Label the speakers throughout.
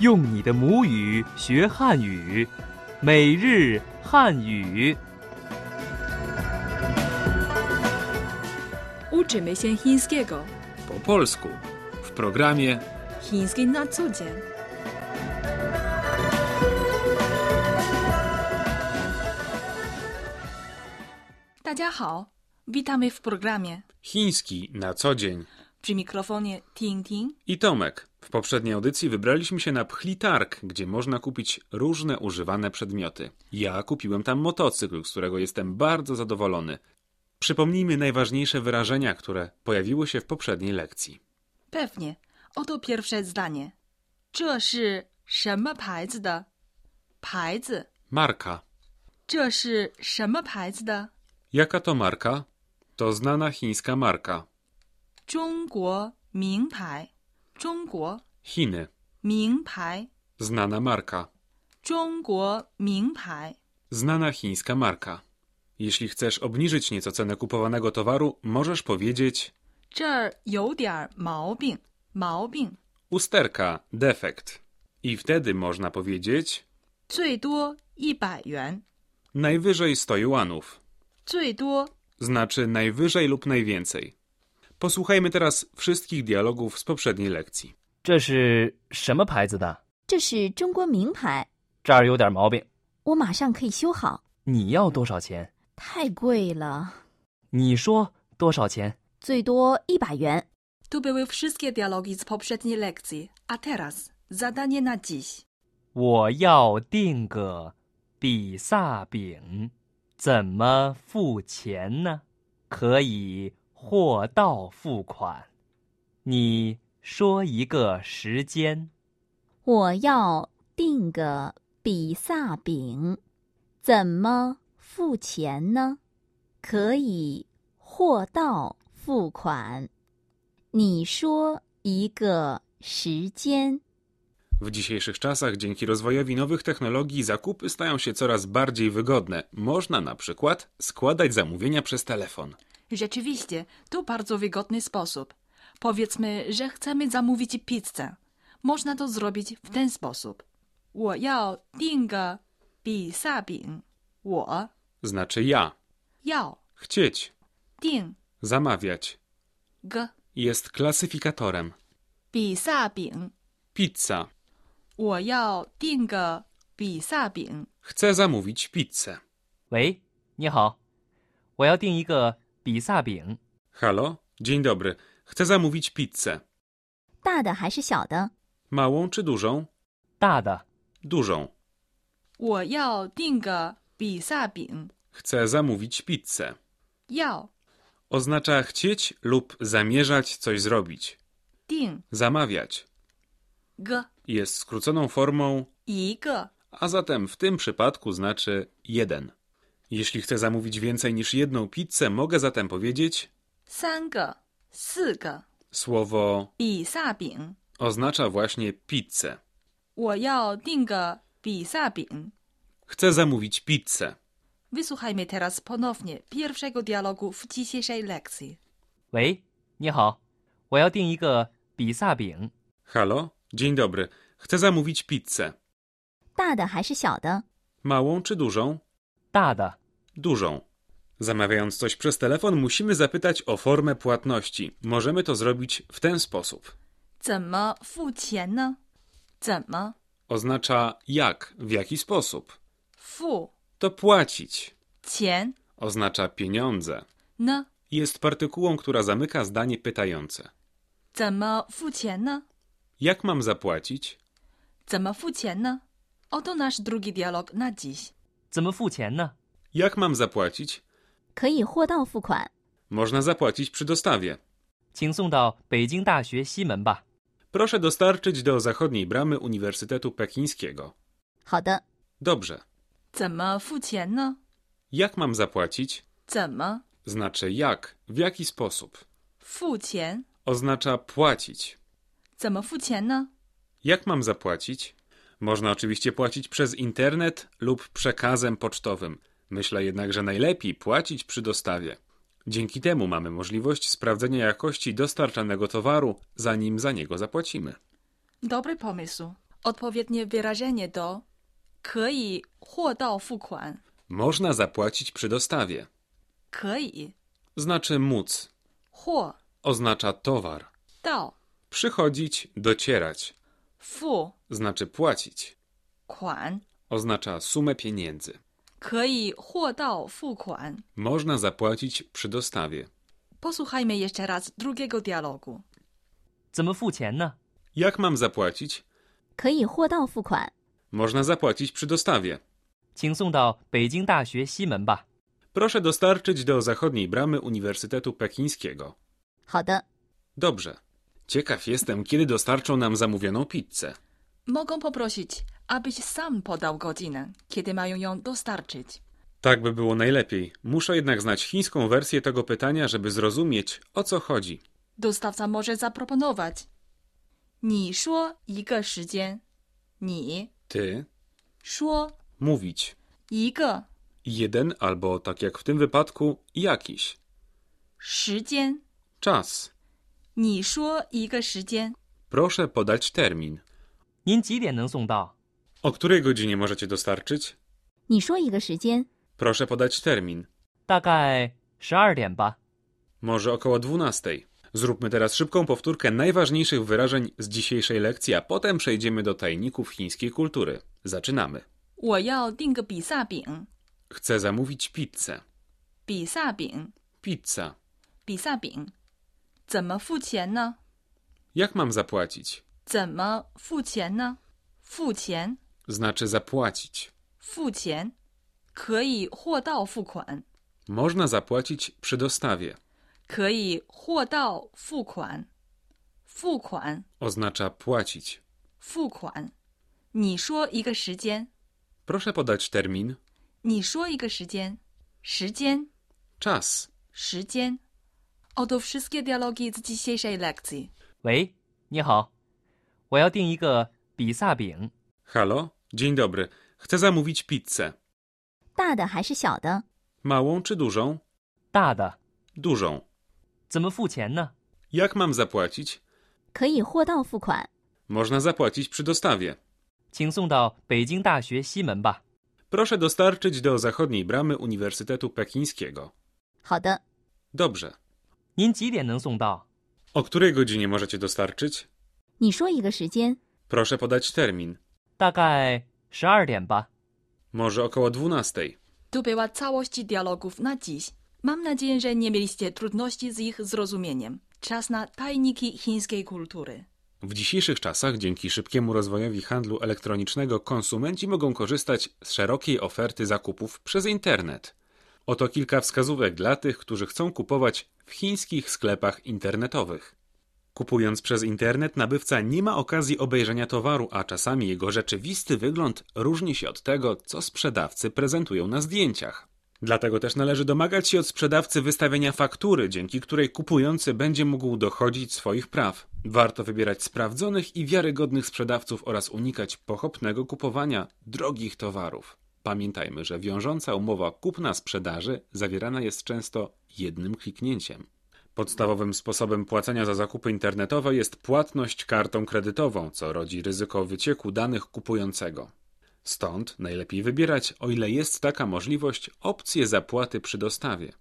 Speaker 1: 用你的母语学汉语，每日汉语。
Speaker 2: Uczymy się chińskiego.
Speaker 3: po polsku w programie
Speaker 2: Chiński na co dzień. witamy w programie.
Speaker 3: Chiński na co dzień.
Speaker 2: Przy mikrofonie Ting Ting.
Speaker 3: I Tomek. W poprzedniej audycji wybraliśmy się na Pchli Targ, gdzie można kupić różne używane przedmioty. Ja kupiłem tam motocykl, z którego jestem bardzo zadowolony. Przypomnijmy najważniejsze wyrażenia, które pojawiły się w poprzedniej lekcji.
Speaker 2: Pewnie. Oto pierwsze zdanie. 这是什么牌子的？牌子。
Speaker 3: Marka.
Speaker 2: 这是什么牌子的？
Speaker 3: Jaka to marka? To znana chińska marka.
Speaker 2: 中国名牌。中国
Speaker 3: Chiny.
Speaker 2: 名牌。
Speaker 3: Znana marka.
Speaker 2: 中国名牌。
Speaker 3: Znana chińska marka. Jeśli chcesz obniżyć nieco cenę kupowanego towaru, możesz powiedzieć
Speaker 2: 这儿有点儿毛病。毛病
Speaker 3: usterka, defekt. I wtedy można powiedzieć
Speaker 2: 最多一百元，
Speaker 3: najwyżej 100 juanów,
Speaker 2: 最多
Speaker 3: znaczy najwyżej lub najwięcej. Posłuchajmy teraz wszystkich dialogów z poprzedniej lekcji.
Speaker 4: 这是什么牌子的？
Speaker 5: 这是中国名牌，
Speaker 4: 这儿有点毛病，
Speaker 5: 我马上可以修好。
Speaker 4: 你要多少钱？
Speaker 5: 太贵了，
Speaker 4: 你说多少钱？
Speaker 5: 最多一百元。
Speaker 2: To były wszystkie dialogi z poprzedniej lekcji. A teraz zadanie na dziś.
Speaker 1: 我要订个比萨饼，怎么付钱呢？可以货到付款。你说一个时间。
Speaker 5: 我要订个比萨饼，怎么付钱呢？可以货到付款。你说一个时间。
Speaker 3: W dzisiejszych czasach dzięki rozwojowi nowych technologii zakupy stają się coraz bardziej wygodne. Można na przykład składać zamówienia przez telefon.
Speaker 2: Rzeczywiście, to bardzo wygodny sposób. Powiedzmy, że chcemy zamówić pizzę. Można to zrobić w ten sposób. 我要订个比萨饼。我
Speaker 3: Znaczy ja.
Speaker 2: 要
Speaker 3: Chcieć.
Speaker 2: 订
Speaker 3: Zamawiać.
Speaker 2: 个
Speaker 3: Jest klasyfikatorem.
Speaker 2: 比萨饼。
Speaker 3: Pizza.
Speaker 2: 我要订个比萨饼。
Speaker 3: Chcę zamówić pizzę.
Speaker 1: 喂，你好，我要订一个比萨饼。
Speaker 3: Halo? Dzień dobry. Chcę zamówić pizzę.
Speaker 5: 大的还是小的？
Speaker 3: Małą czy dużą?
Speaker 1: 大的，
Speaker 3: Dużą.
Speaker 2: 我要订个比萨饼。
Speaker 3: Chcę zamówić pizzę.
Speaker 2: 要
Speaker 3: Oznacza chcieć lub zamierzać coś zrobić.
Speaker 2: 订
Speaker 3: Zamawiać.
Speaker 2: 个
Speaker 3: Jest skróconą formą
Speaker 2: 一个
Speaker 3: a zatem w tym przypadku znaczy jeden. Jeśli chcę zamówić więcej niż jedną pizzę, mogę zatem powiedzieć
Speaker 2: 三个四个
Speaker 3: słowo
Speaker 2: 比萨饼。
Speaker 3: oznacza właśnie pizzę.
Speaker 2: 我要订个比萨饼。
Speaker 3: Chcę zamówić pizzę.
Speaker 2: Wysłuchajmy teraz ponownie pierwszego dialogu w dzisiejszej lekcji.
Speaker 1: 喂，你好，我要订一个比萨饼。
Speaker 3: Halo? Dzień dobry. Chcę zamówić pizzę.
Speaker 5: 大的还是小的？
Speaker 3: Małą czy dużą?
Speaker 1: 大的，
Speaker 3: Dużą. Zamawiając coś przez telefon, musimy zapytać o formę płatności. Możemy to zrobić w ten sposób.
Speaker 2: 怎么付钱呢？怎么
Speaker 3: Oznacza jak, w jaki sposób.
Speaker 2: 付
Speaker 3: To płacić
Speaker 2: 钱
Speaker 3: oznacza pieniądze.
Speaker 2: 呢？
Speaker 3: jest partykułą, która zamyka zdanie pytające.
Speaker 2: 怎么付钱呢？
Speaker 3: Jak mam zapłacić?
Speaker 2: 怎么付钱呢？Oto nasz drugi dialog na dziś.
Speaker 1: 怎么付钱呢？
Speaker 3: Jak mam zapłacić?
Speaker 5: 可以货到付款。
Speaker 3: Można zapłacić przy dostawie.
Speaker 1: 请送到北京大学西门吧。
Speaker 3: Proszę dostarczyć do zachodniej bramy Uniwersytetu Pekińskiego.
Speaker 5: 好的，
Speaker 3: Dobrze.
Speaker 2: 怎么付钱呢？
Speaker 3: Jak mam zapłacić?
Speaker 2: 怎么
Speaker 3: Znaczy jak, w jaki sposób.
Speaker 2: 付钱？
Speaker 3: Oznacza płacić.
Speaker 2: 怎么付钱呢？
Speaker 3: Jak mam zapłacić? Można oczywiście płacić przez internet lub przekazem pocztowym. Myślę jednak, że najlepiej płacić przy dostawie. Dzięki temu mamy możliwość sprawdzenia jakości dostarczanego towaru, zanim za niego zapłacimy.
Speaker 2: Dobry pomysł. Odpowiednie wyrażenie do 可以货到付款
Speaker 3: Można zapłacić przy dostawie.
Speaker 2: 可以
Speaker 3: Znaczy móc.
Speaker 2: 货
Speaker 3: Oznacza towar.
Speaker 2: 到
Speaker 3: Przychodzić, docierać.
Speaker 2: 付
Speaker 3: Znaczy płacić.
Speaker 2: 款
Speaker 3: Oznacza sumę pieniędzy.
Speaker 2: 可以货到付款
Speaker 3: Można zapłacić przy dostawie.
Speaker 2: Posłuchajmy jeszcze raz drugiego dialogu.
Speaker 1: 怎么付钱呢？
Speaker 3: Jak mam zapłacić?
Speaker 5: 可以货到付款，
Speaker 3: Można zapłacić przy dostawie.
Speaker 1: 请送到北京大学西门吧。
Speaker 3: Proszę dostarczyć do zachodniej bramy Uniwersytetu Pekińskiego.
Speaker 5: 好的，
Speaker 3: Dobrze. Ciekaw jestem, kiedy dostarczą nam zamówioną pizzę.
Speaker 2: Mogą poprosić, abyś sam podał godzinę, kiedy mają ją dostarczyć.
Speaker 3: Tak by było najlepiej. Muszę jednak znać chińską wersję tego pytania, żeby zrozumieć, o co chodzi.
Speaker 2: Dostawca może zaproponować. 你说一个时间，你
Speaker 3: Ty
Speaker 2: 说
Speaker 3: mówić
Speaker 2: 一个
Speaker 3: jeden albo, tak jak w tym wypadku, jakiś
Speaker 2: 时间，
Speaker 3: czas.
Speaker 2: 你说一个时间，
Speaker 3: Proszę podać termin.
Speaker 1: 您几点能送到？
Speaker 3: O której godzinie możecie dostarczyć?
Speaker 5: 你说一个时间，
Speaker 3: Proszę podać termin.
Speaker 1: 大概十二点吧。
Speaker 3: Może około 12. Zróbmy teraz szybką powtórkę najważniejszych wyrażeń z dzisiejszej lekcji, a potem przejdziemy do tajników chińskiej kultury. Zaczynamy.
Speaker 2: 我要订个比萨饼，
Speaker 3: Chcę zamówić pizzę.
Speaker 2: 比萨饼，
Speaker 3: Pizza.
Speaker 2: 比萨饼，怎么付钱呢？
Speaker 3: Jak mam zapłacić?
Speaker 2: 怎么付钱呢？付钱，
Speaker 3: Znaczy zapłacić.
Speaker 2: 付钱，可以货到付款，
Speaker 3: Można zapłacić przy dostawie.
Speaker 2: 可以货到付款，付款，
Speaker 3: Oznacza płacić.
Speaker 2: 付款。你说一个时间，
Speaker 3: Proszę podać termin.
Speaker 2: 你说一个时间，时间，
Speaker 3: Czas.
Speaker 2: 时间。Oto wszystkie dialogi z dzisiejszej lekcji.
Speaker 1: 喂，你好，我要订一个比萨饼，
Speaker 3: Halo? Dzień dobry. Chcę zamówić pizzę.
Speaker 5: 大的还是小的？
Speaker 3: Małą czy dużą?
Speaker 1: 大的，
Speaker 3: Dużą.
Speaker 1: 怎么付钱呢？
Speaker 3: Jak mam zapłacić?
Speaker 5: 可以货到付款，
Speaker 3: Można zapłacić przy dostawie.
Speaker 1: 请送到北京大学西门吧。
Speaker 3: Proszę dostarczyć do zachodniej bramy Uniwersytetu Pekińskiego.
Speaker 5: 好的，
Speaker 3: Dobrze.
Speaker 1: 您几点能送到？
Speaker 3: O której godzinie możecie dostarczyć?
Speaker 5: 你说一个时间，
Speaker 3: Proszę podać termin.
Speaker 1: 大概十二点吧。
Speaker 3: Może około 12.
Speaker 2: To była całość dialogów na dziś. Mam nadzieję, że nie mieliście trudności z ich zrozumieniem. Czas na tajniki chińskiej kultury.
Speaker 3: W dzisiejszych czasach, dzięki szybkiemu rozwojowi handlu elektronicznego, konsumenci mogą korzystać z szerokiej oferty zakupów przez internet. Oto kilka wskazówek dla tych, którzy chcą kupować w chińskich sklepach internetowych. Kupując przez internet, nabywca nie ma okazji obejrzenia towaru, a czasami jego rzeczywisty wygląd różni się od tego, co sprzedawcy prezentują na zdjęciach. Dlatego też należy domagać się od sprzedawcy wystawienia faktury, dzięki której kupujący będzie mógł dochodzić swoich praw. Warto wybierać sprawdzonych i wiarygodnych sprzedawców oraz unikać pochopnego kupowania drogich towarów. Pamiętajmy, że wiążąca umowa kupna-sprzedaży zawierana jest często jednym kliknięciem. Podstawowym sposobem płacenia za zakupy internetowe jest płatność kartą kredytową, co rodzi ryzyko wycieku danych kupującego. Stąd najlepiej wybierać, o ile jest taka możliwość, opcję zapłaty przy dostawie.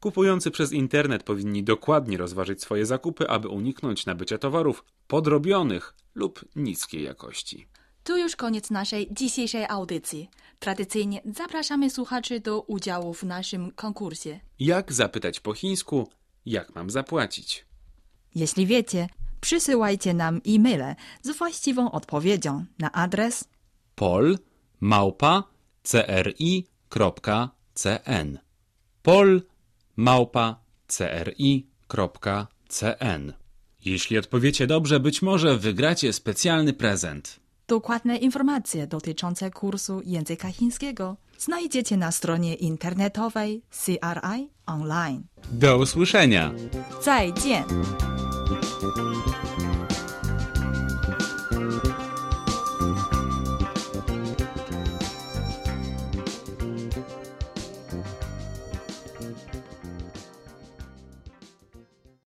Speaker 3: Kupujący przez internet powinni dokładnie rozważyć swoje zakupy, aby uniknąć nabycia towarów podrobionych lub niskiej jakości.
Speaker 2: To już koniec naszej dzisiejszej audycji. Tradycyjnie zapraszamy słuchaczy do udziału w naszym konkursie.
Speaker 3: Jak zapytać po chińsku, jak mam zapłacić?
Speaker 2: Jeśli wiecie, przysyłajcie nam e-maile z właściwą odpowiedzią na adres
Speaker 6: pol małpa cri.cn pol małpa cri.cn
Speaker 3: Jeśli odpowiecie dobrze, być może wygracie specjalny prezent.
Speaker 2: Dokładne informacje dotyczące kursu języka chińskiego znajdziecie na stronie internetowej CRI Online.
Speaker 6: Do usłyszenia!
Speaker 2: 再见。